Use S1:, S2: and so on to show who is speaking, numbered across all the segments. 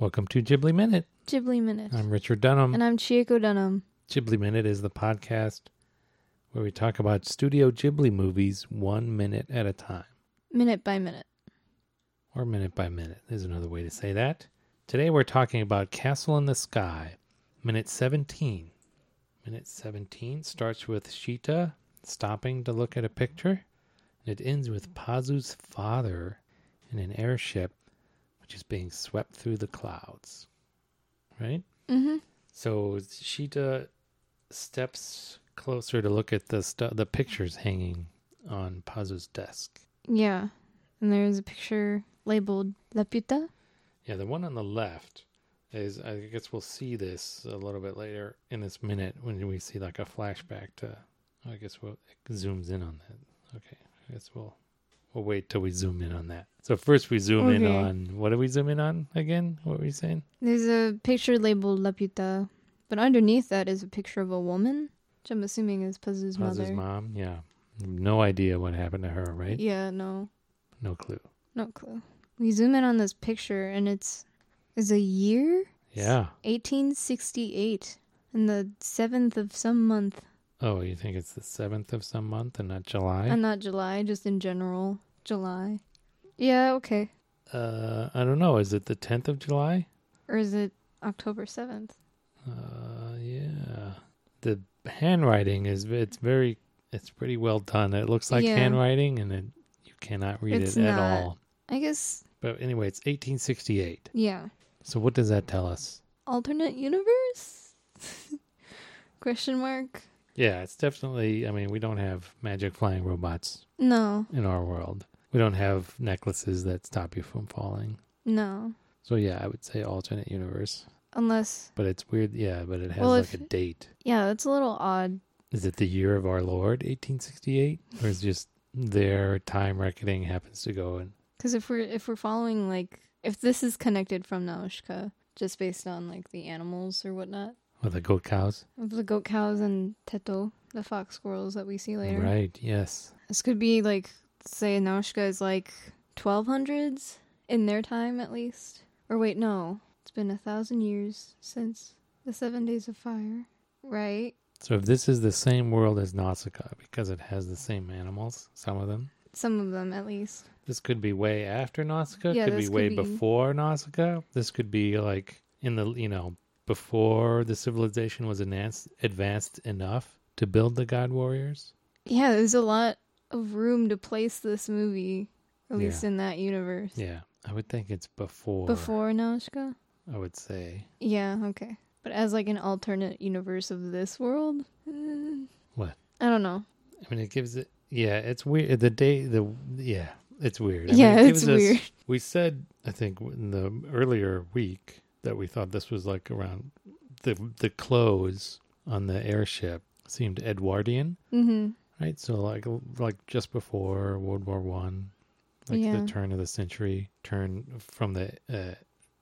S1: Welcome to Ghibli Minute.
S2: Ghibli Minute.
S1: I'm Richard Dunham.
S2: and I'm Chieko Dunham.
S1: Ghibli Minute is the podcast where we talk about Studio Ghibli movies one minute at a time,
S2: Minute by minute.
S1: or minute by minute is another way to say that. Today we're talking about Castle in the Sky, minute 17. Minute 17 starts with Shita stopping to look at a picture, and it ends with Pazu's father in an airship which is being swept through the clouds. Right?
S2: Mm-hmm.
S1: So Shita steps closer to look at the stu- the pictures hanging on Pazu's desk.
S2: Yeah. And there's a picture labeled Laputa.
S1: Yeah, the one on the left is I guess we'll see this a little bit later in this minute when we see like a flashback to I guess we'll it zooms in on that. Okay. I guess we'll we'll wait till we zoom in on that. So first we zoom in
S2: Okay.
S1: on what do we zoom in on again? What were you saying?
S2: There's a picture labeled Laputa, but underneath that is a picture of a woman, which I'm assuming is Pazu's,
S1: Pazu's
S2: mother.
S1: mom, yeah. No idea what happened to her, right?
S2: Yeah, no.
S1: No clue.
S2: No clue. We zoom in on this picture and it's is a year?
S1: Yeah.
S2: 1868 and the 7th of some month.
S1: Oh, you think it's the seventh of some month and not July?
S2: And not July, just in general. July. Yeah, okay.
S1: Uh, I don't know. Is it the tenth of July?
S2: Or is it October 7th?
S1: Uh, yeah. The handwriting is it's very it's pretty well done. It looks like
S2: Yeah.
S1: handwriting, and it you cannot read
S2: It's
S1: it at
S2: not.
S1: all.
S2: I guess,
S1: But anyway, it's 1868.
S2: yeah.
S1: So what does that tell us?
S2: Alternate universe? Question mark?
S1: Yeah, it's definitely. I mean, we don't have magic flying robots
S2: No,
S1: in our world. We don't have necklaces that stop you from falling.
S2: no.
S1: So yeah, I would say alternate universe.
S2: Unless,
S1: But it's weird. Yeah, but it has
S2: Well,
S1: like
S2: if-
S1: a date.
S2: yeah, that's a little odd.
S1: Is it the year of our Lord, 1868? Or is just their time reckoning happens to go in?
S2: Because if we're if we're following like if this is connected from Naoshka, just based on like the animals or whatnot,
S1: With the goat cows?
S2: of the goat cows and Teto, the fox squirrels that we see later,
S1: Right, yes.
S2: this could be like say Naoshka is like 1200s in their time at least. Or wait, no, it's been a thousand years since the Seven Days of Fire, right?
S1: So if this is the same world as Nausicaa, because it has the same animals, some of them,
S2: Some of them at least.
S1: this could be way after Nausicaa,
S2: Yeah,
S1: could be
S2: this could
S1: way
S2: be-
S1: before Nausicaa. This could be like in the, you know, before the civilization was advanced, advanced enough to build the god warriors.
S2: Yeah, there's a lot of room to place this movie, at
S1: Yeah.
S2: least in that universe.
S1: Yeah, I would think it's before,
S2: Before Naoshka?
S1: I would say.
S2: Yeah, okay. But as like an alternate universe of this world? Mm,
S1: What?
S2: I don't know.
S1: I mean, it gives it. Yeah, it's weird. The day, the yeah, it's weird. I
S2: yeah,
S1: mean, it
S2: it's
S1: gives us-
S2: weird.
S1: We said, I think, in the earlier week that we thought this was like around the the clothes on the airship seemed Edwardian,
S2: mm-hmm.
S1: right? So like like just before World War One, like
S2: Yeah.
S1: the turn of the century, turn from the uh,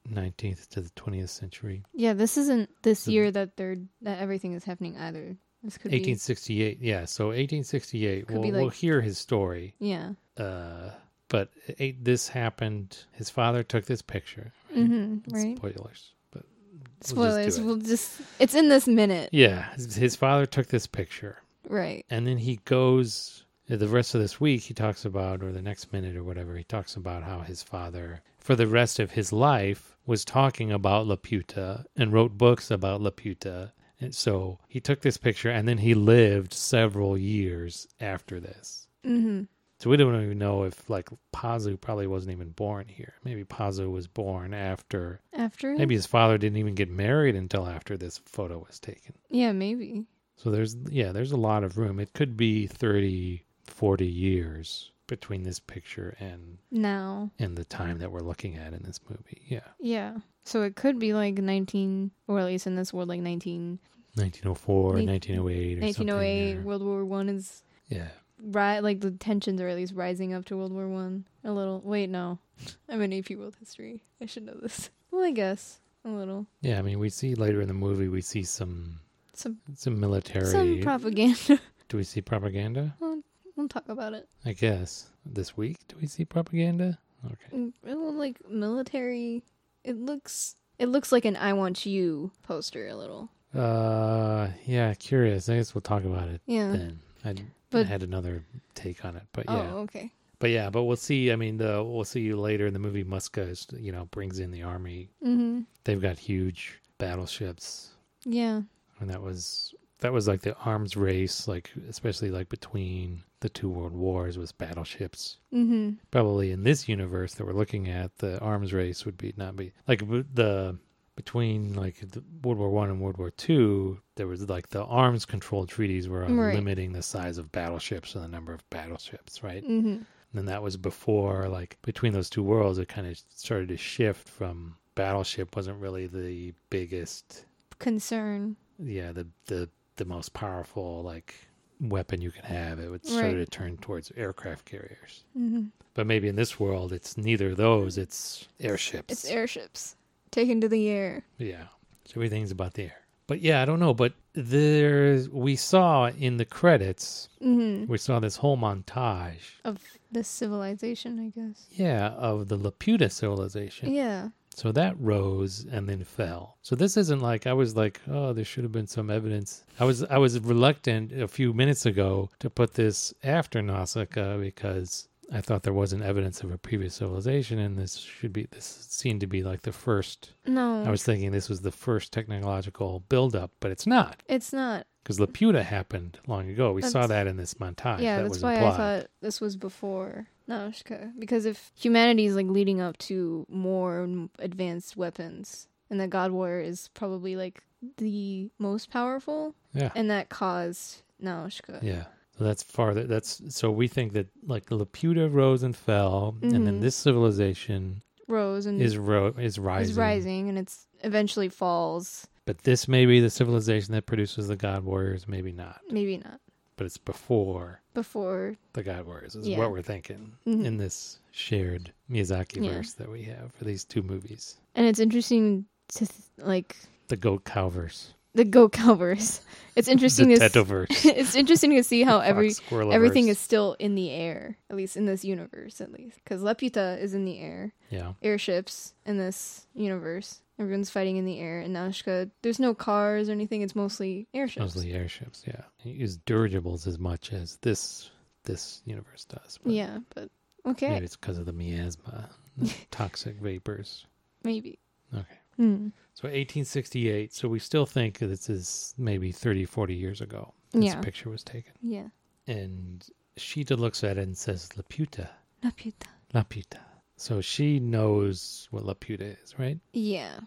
S1: nineteenth to the twentieth century,
S2: Yeah, this isn't this
S1: So-
S2: year that they're that everything is happening either. This could
S1: eighteen sixty eight. Yeah, so eighteen sixty eight.
S2: Could
S1: We'll,
S2: be
S1: we'll
S2: like-
S1: hear his story.
S2: be yeah.
S1: uh but it, this happened his father took this picture
S2: hmm right.
S1: spoilers but we'll just do
S2: Spoilers.
S1: it.
S2: We'll just it's in this minute.
S1: yeah his, his father took this picture
S2: Right.
S1: and then he goes uh, the rest of this week he talks about or the next minute or whatever he talks about how his father for the rest of his life was talking about laputa and wrote books about laputa and so he took this picture and then he lived several years after this
S2: hmm
S1: So we don't even know if like Pazu probably wasn't even born here. Maybe Pazu was born after.
S2: After it?
S1: Maybe his father didn't even get married until after this photo was taken.
S2: Yeah, maybe.
S1: So there's yeah, there's a lot of room. It could be 30, 40 years between this picture and
S2: Now.
S1: and the time that we're looking at in this movie. Yeah.
S2: Yeah. So it could be like nineteen or at least in this world like 19,
S1: 1904,
S2: Nin-
S1: 1908 or
S2: 1908,
S1: 1908.
S2: World War One is
S1: yeah.
S2: right like the tensions are at least rising up to World War One a little. Wait, no. I'm in AP World History. I should know this. Well, I guess. A little.
S1: Yeah, I mean, we see later in the movie we see some
S2: Some
S1: some military
S2: some propaganda.
S1: Do we see propaganda?
S2: we'll talk about it.
S1: I guess this week do we see propaganda? Okay.
S2: Mm, well, like military it looks It looks like an I Want You poster a little.
S1: Uh, yeah, curious. I guess we'll talk about it
S2: Yeah.
S1: then. I,
S2: But-
S1: I had another take on it, but
S2: Oh,
S1: yeah,
S2: okay.
S1: but yeah, but we'll see. I mean, the we'll see you later in the movie. Muska is, you know, brings in the army.
S2: Mm-hmm.
S1: They've got huge battleships,
S2: Yeah.
S1: and that was that was like the arms race, like especially like between the two world wars was battleships.
S2: Mm-hmm.
S1: probably in this universe that we're looking at, the arms race would be not be like b- the between like the World War One and World War Two. There was like the arms control treaties were on
S2: Right.
S1: limiting the size of battleships and the number of battleships, right?
S2: Mm-hmm.
S1: And then that was before like between those two worlds, it kind of started to shift from battleship wasn't really the biggest,
S2: Concern.
S1: yeah, the the the most powerful like weapon you could have. It would start
S2: Right.
S1: to turn towards aircraft carriers.
S2: Mm-hmm.
S1: But maybe in this world, it's neither of those. It's airships.
S2: It's airships taken to the air.
S1: yeah. So everything's about the air. But yeah, I don't know. But there's we saw in the credits,
S2: Mm-hmm.
S1: we saw this whole montage.
S2: Of this civilization, I guess.
S1: Yeah, of the Laputa civilization.
S2: Yeah.
S1: So that rose and then fell. So this isn't like I was like, oh, there should have been some evidence. I was I was reluctant a few minutes ago to put this after Nausicaa because I thought there wasn't evidence of a previous civilization, and this should be this seemed to be like the first.
S2: No.
S1: I was thinking this was the first technological buildup, but it's not
S2: it's not.
S1: because Laputa happened long ago. We saw
S2: That's-
S1: that in this montage.
S2: yeah,
S1: Ah, that
S2: that's
S1: was
S2: why
S1: implied.
S2: I thought this was before Naushka. Because if humanity is like leading up to more and advanced weapons, and that God Warrior is probably like the most powerful,
S1: Yeah.
S2: and that caused Naushka.
S1: Yeah. So that's farther. That's so we think that like Laputa rose and fell, and then
S2: Mhm.
S1: this civilization
S2: Rose and
S1: is ro- is rising.
S2: is Mm. rising, and it's eventually falls.
S1: But this may be the civilization that produces the God Warriors, maybe not.
S2: Maybe not
S1: But it's before
S2: before.
S1: the God Warriors is
S2: Yeah.
S1: what we're thinking
S2: Mhm.
S1: in this shared Miyazaki
S2: Yeah.
S1: verse that we have for these two movies.
S2: And it's interesting to th- like
S1: The goat cow verse.
S2: the Go Cowverse. It's interesting
S1: the
S2: to s-
S1: Teto verse.
S2: it's interesting to see how every
S1: Fox squirrel
S2: Everything
S1: verse.
S2: is still in the air, at least in this universe, at least. Because Laputa is in the air.
S1: Yeah.
S2: Airships in this universe. Everyone's fighting in the air. And Naushka, there's no cars or anything. It's mostly airships.
S1: Mostly airships, yeah. It uses dirigibles as much as this this universe does. but
S2: Yeah, but okay.
S1: Maybe it's because of the miasma, the toxic vapors.
S2: Maybe.
S1: Okay.
S2: Hmm.
S1: So 1868. So we still think this is maybe 30, 40 years ago. This
S2: Yeah.
S1: picture was taken.
S2: Yeah.
S1: And Shida looks at it and says, Laputa,
S2: Laputa.
S1: Laputa. So she knows what Laputa is, right?
S2: Yeah.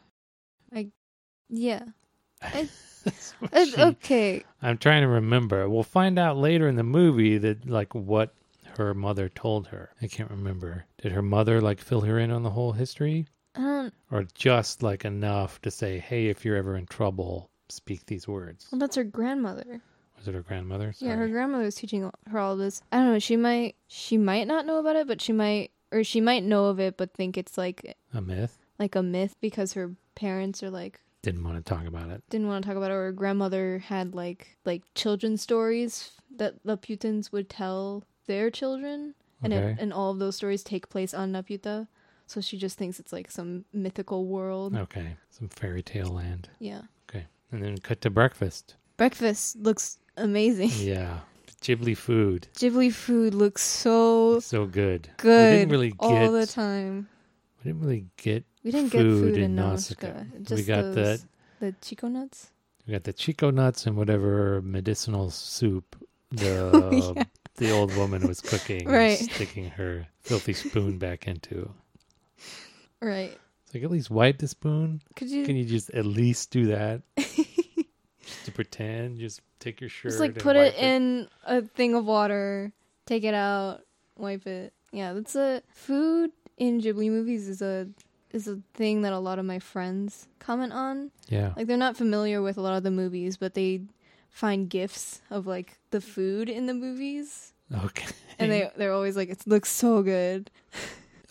S2: I. Yeah.
S1: That's what
S2: Uh,
S1: she-
S2: okay.
S1: I'm trying to remember. We'll find out later in the movie that, like, what her mother told her. I can't remember. Did her mother, like, fill her in on the whole history?
S2: I don't.
S1: Or just, like, enough to say, hey, if you're ever in trouble, speak these words?
S2: Well, that's her grandmother.
S1: Was it her grandmother?
S2: Yeah, her
S1: Sorry.
S2: grandmother was teaching her all this. I don't know. She might. She might not know about it, but she might. Or she might know of it, but think it's like
S1: a myth.
S2: like a myth because her parents are like
S1: Didn't want to talk about it.
S2: didn't want to talk about it or her grandmother had like like children's stories that Laputans would tell their children and it,
S1: Okay.
S2: and all of those stories take place on Laputa so she just thinks it's like some mythical world
S1: Okay. Some fairy tale land.
S2: yeah
S1: Okay. And then cut to breakfast.
S2: breakfast looks amazing
S1: Yeah. Ghibli food.
S2: Ghibli food looks so
S1: So good.
S2: good
S1: We didn't really get.
S2: all the time
S1: We didn't really get.
S2: we didn't get food in Nausicaa
S1: we got
S2: those-
S1: that.
S2: the chico nuts
S1: We got the chico nuts and whatever medicinal soup the
S2: Oh, yeah.
S1: the old woman was cooking, and
S2: Right.
S1: sticking her filthy spoon back into.
S2: right
S1: It's like at least wipe the spoon.
S2: could you
S1: Can you just at least do that? just to pretend, just take your shirt.
S2: Just like
S1: and
S2: put it
S1: wipe
S2: in a thing of water, take it out, wipe it. Yeah, that's a food in Ghibli movies is a is a thing that a lot of my friends comment on.
S1: Yeah.
S2: Like they're not familiar with a lot of the movies, but they find gifs of like the food in the movies,
S1: okay.
S2: and they they're always like, "It looks so good."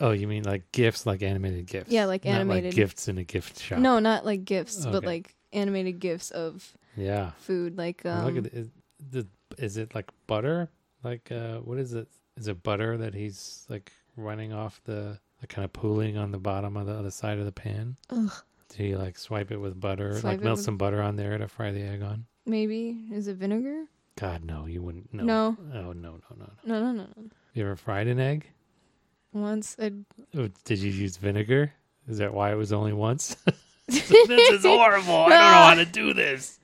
S1: Oh, you mean like gifts, like animated gifts?
S2: Yeah, like
S1: Not
S2: animated-
S1: gifts in a gift shop.
S2: No, not like gifs, but
S1: Okay.
S2: like animated gifs of
S1: Yeah.
S2: food, like um,
S1: Look at is, the, is it like butter? Like uh what is it? Is it butter that he's like running off the like kind of pooling on the bottom of the other side of the pan?
S2: Ugh.
S1: Did he like swipe it with butter,
S2: Swipe
S1: like
S2: it
S1: melt
S2: with-
S1: some butter on there to fry the egg on?
S2: Maybe is it vinegar?
S1: God, no, you wouldn't. No.
S2: No.
S1: Oh no, no, no, no.
S2: No, no, no. no.
S1: You ever fried an egg?
S2: Once I
S1: Oh, Did you use vinegar? Is that why it was only once? this is horrible. I don't know how to do this.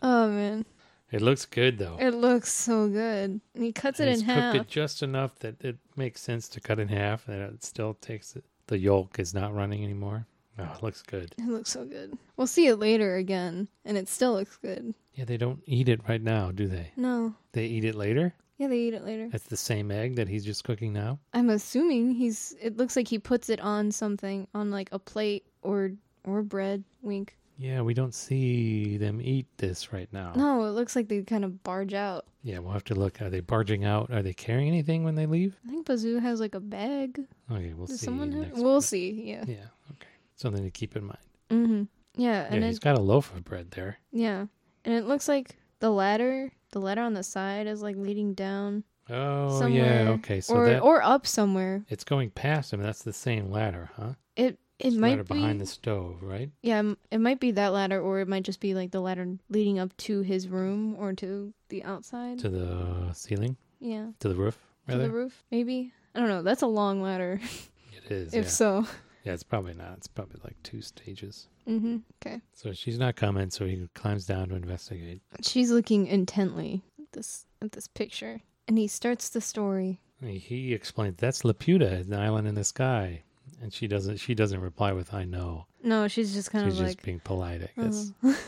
S2: Oh man,
S1: It looks good though.
S2: it looks so good. And he cuts it
S1: And
S2: in
S1: he's cooked
S2: half.
S1: it just enough that it makes sense to cut in half, and it still takes it. The yolk is not running anymore. Oh, it looks good.
S2: It looks so good. We'll see it later again, and it still looks good.
S1: Yeah, they don't eat it right now, do they?
S2: No,
S1: They eat it later.
S2: yeah, they eat it later.
S1: That's the same egg that he's just cooking now.
S2: I'm assuming he's. It looks like he puts it on something, on like a plate or or bread. Wink.
S1: Yeah, we don't see them eat this right now.
S2: No, it looks like they kind of barge out.
S1: Yeah, we'll have to look. Are they barging out? Are they carrying anything when they leave?
S2: I think Bazoo has like a bag.
S1: Okay, we'll
S2: Does
S1: see.
S2: someone have?
S1: next
S2: We'll see. Yeah.
S1: week. Yeah, okay. Something to keep in mind.
S2: Mm-hmm. Yeah, and
S1: yeah,
S2: it
S1: he's got a loaf of bread there.
S2: yeah, and it looks like the ladder, the ladder on the side is like leading down
S1: Oh,
S2: somewhere.
S1: yeah, okay. So
S2: or
S1: that
S2: or up somewhere.
S1: it's going past him. That's the same ladder, huh?
S2: It it
S1: It's the
S2: might
S1: ladder
S2: be
S1: behind the stove, right?
S2: yeah, m- it might be that ladder, or it might just be like the ladder leading up to his room or to the outside.
S1: To the ceiling,
S2: yeah,
S1: to the roof,
S2: to
S1: rather.
S2: the roof, maybe. I don't know. That's a long ladder,
S1: It is.
S2: if
S1: yeah.
S2: so.
S1: yeah, it's probably not. It's probably like two stages.
S2: Mm-hmm. Okay,
S1: So she's not coming, so he climbs down to investigate.
S2: she's looking intently at this at this picture, and he starts the story.
S1: He explains that's Laputa, an island in the sky, and she doesn't. She doesn't reply with "I know."
S2: No, she's just kind
S1: she's
S2: of
S1: just
S2: like,
S1: being polite, I guess.
S2: "Oh."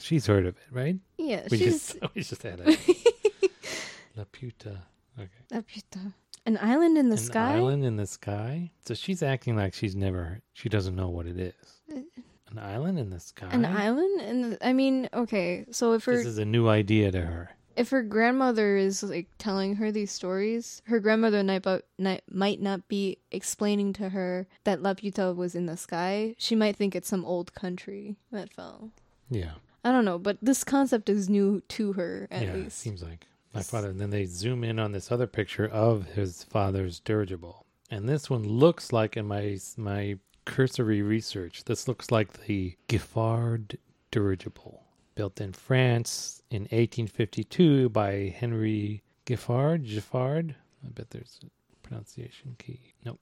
S1: She's heard of it, right?
S2: yeah,
S1: We
S2: she's
S1: just we just had it. Laputa, okay.
S2: Laputa. an island in the
S1: An
S2: sky.
S1: island in the sky. So she's acting like she's never. She doesn't know what it is.
S2: Uh,
S1: An island in the sky.
S2: An island, and I mean, okay. So if her
S1: This is a new idea to her.
S2: if her grandmother is like telling her these stories, her grandmother might, bu- ni- might not be explaining to her that Laputa was in the sky. She might think it's some old country that fell.
S1: Yeah,
S2: I don't know, but this concept is new to her at
S1: yeah. It
S2: least.
S1: seems like my father. And then they zoom in on this other picture of his father's dirigible, and this one looks like in my my cursory research, this looks like the Giffard dirigible built in France in 1852 by Henry Giffard. Giffard. I bet there's a pronunciation key. Nope.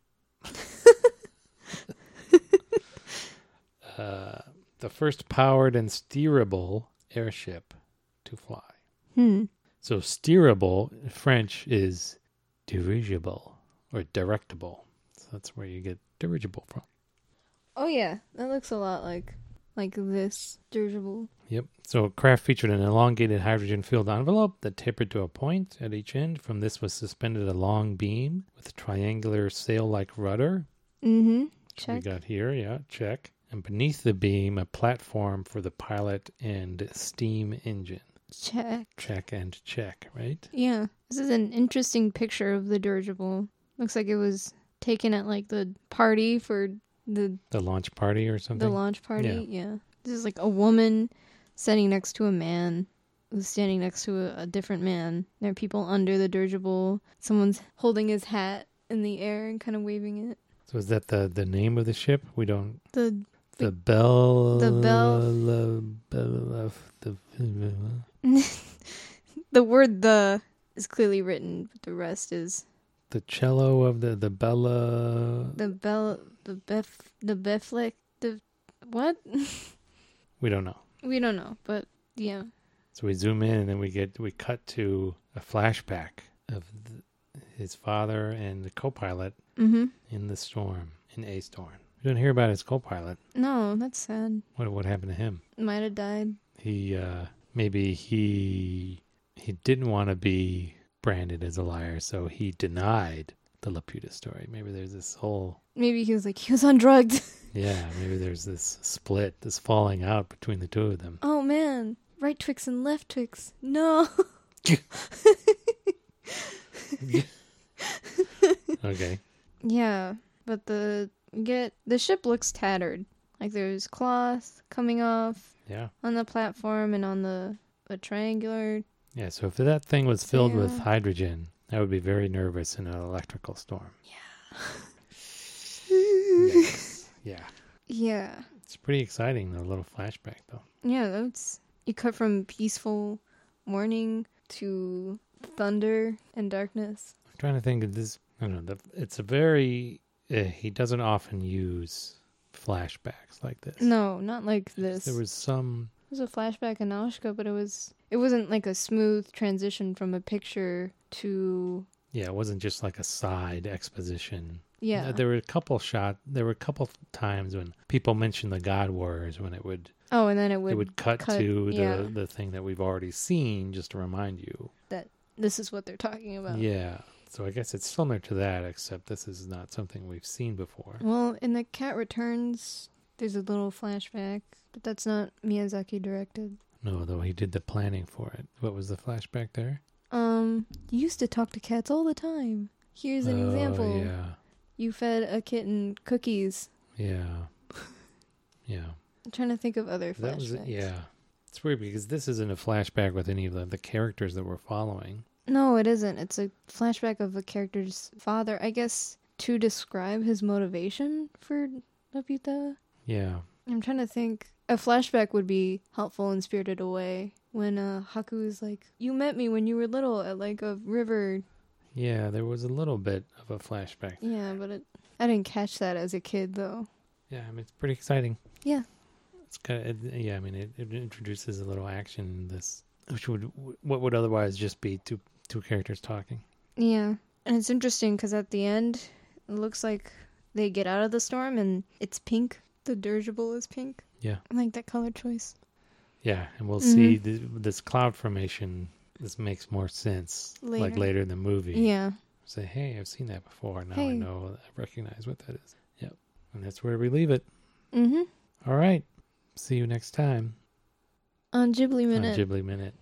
S1: uh, the first powered and steerable airship to fly.
S2: Hmm.
S1: So steerable in French is dirigible or directable. So that's where you get dirigible from.
S2: Oh yeah, that looks a lot like like this dirigible.
S1: Yep. So craft featured an elongated hydrogen filled envelope that tapered to a point at each end. From this was suspended a long beam with a triangular sail like rudder.
S2: Mm-hmm.
S1: We
S2: Check.
S1: got here, yeah, check. And beneath the beam a platform for the pilot and steam engine.
S2: Check.
S1: Check and check, right?
S2: Yeah. This is an interesting picture of the dirigible. Looks like it was taken at like the party for the
S1: The launch party or something.
S2: The launch party, yeah. This is like a woman standing next to a man who's standing next to a, a different man. There are people under the dirigible. Someone's holding his hat in the air and kind of waving it.
S1: so is that the the name of the ship? We don't
S2: The
S1: The bell.
S2: The bell-
S1: la- bell of the.
S2: the word the is clearly written, but the rest is
S1: The cello of the the bella.
S2: the bell the bef the beflick the what?
S1: We don't know.
S2: we don't know, but yeah.
S1: So we zoom in and then we get we cut to a flashback of the, his father and the co-pilot
S2: Mhm.
S1: in the storm in a storm. We don't hear about his co-pilot.
S2: No, that's sad.
S1: What what happened to him?
S2: Might have died.
S1: He uh maybe he he didn't want to be branded as a liar, so he denied the Laputa story. Maybe there's this whole
S2: Maybe he was like he was on drugs.
S1: Yeah, maybe there's this split, this falling out between the two of them.
S2: Oh man, right Twix and left Twix. No.
S1: Okay.
S2: Yeah, but the get the ship looks tattered. Like there's cloth coming off
S1: Yeah.
S2: on the platform and on the a triangular.
S1: Yeah, so if that thing was filled with
S2: Yeah.
S1: hydrogen, I would be very nervous in an electrical storm. Yeah. Yeah.
S2: Yeah.
S1: It's pretty exciting, the little flashback, though.
S2: Yeah, that's you cut from peaceful morning to thunder and darkness.
S1: I'm trying to think of this. I don't know. The, it's a very. Uh, he doesn't often use flashbacks like this.
S2: No, not like this.
S1: There was some.
S2: It was a flashback in Naushka, but it was it wasn't like a smooth transition from a picture to
S1: Yeah, it wasn't just like a side exposition.
S2: yeah.
S1: There were a couple shot. There were a couple times when people mentioned the God Warriors when it would
S2: oh, and then it would,
S1: it would cut,
S2: cut-
S1: to the
S2: yeah.
S1: the thing that we've already seen just to remind you.
S2: this is what they're talking about.
S1: Yeah. So I guess it's similar to that, except this is not something we've seen before.
S2: Well, in the Cat Returns, there's a little flashback, but that's not Miyazaki directed.
S1: No, though he did the planning for it. What was the flashback there?
S2: Um, you used to talk to cats all the time. Here's an
S1: Oh,
S2: example.
S1: Yeah.
S2: You fed a kitten cookies.
S1: Yeah. yeah.
S2: I'm trying to think of other flashbacks.
S1: That was it. Yeah. It's weird because this isn't a flashback with any of the, the characters that we're following.
S2: No, it isn't. It's a flashback of a character's father, I guess, to describe his motivation for Nobita.
S1: Yeah.
S2: I'm trying to think. A flashback would be helpful in Spirited Away when uh, Haku is like, "You met me when you were little at like a river."
S1: Yeah, there was a little bit of a flashback.
S2: Yeah, but it, I didn't catch that as a kid though.
S1: Yeah, I mean it's pretty exciting.
S2: Yeah.
S1: It's kind of it, yeah, I mean it, it introduces a little action in this which would what would otherwise just be two two characters talking.
S2: Yeah, and it's interesting because at the end, it looks like they get out of the storm and it's pink. The dirigible is pink.
S1: Yeah.
S2: I like that color choice.
S1: Yeah, and we'll
S2: Mhm.
S1: see th- this cloud formation this makes more sense like
S2: Later.
S1: later in the movie.
S2: Yeah.
S1: Say, "Hey, I've seen that before. Now I
S2: Hey.
S1: know I recognize what that is." Yep. And that's where we leave it.
S2: Mm-hmm.
S1: All right. See you next time
S2: On Ghibli
S1: on
S2: Minute.
S1: Ghibli Minute.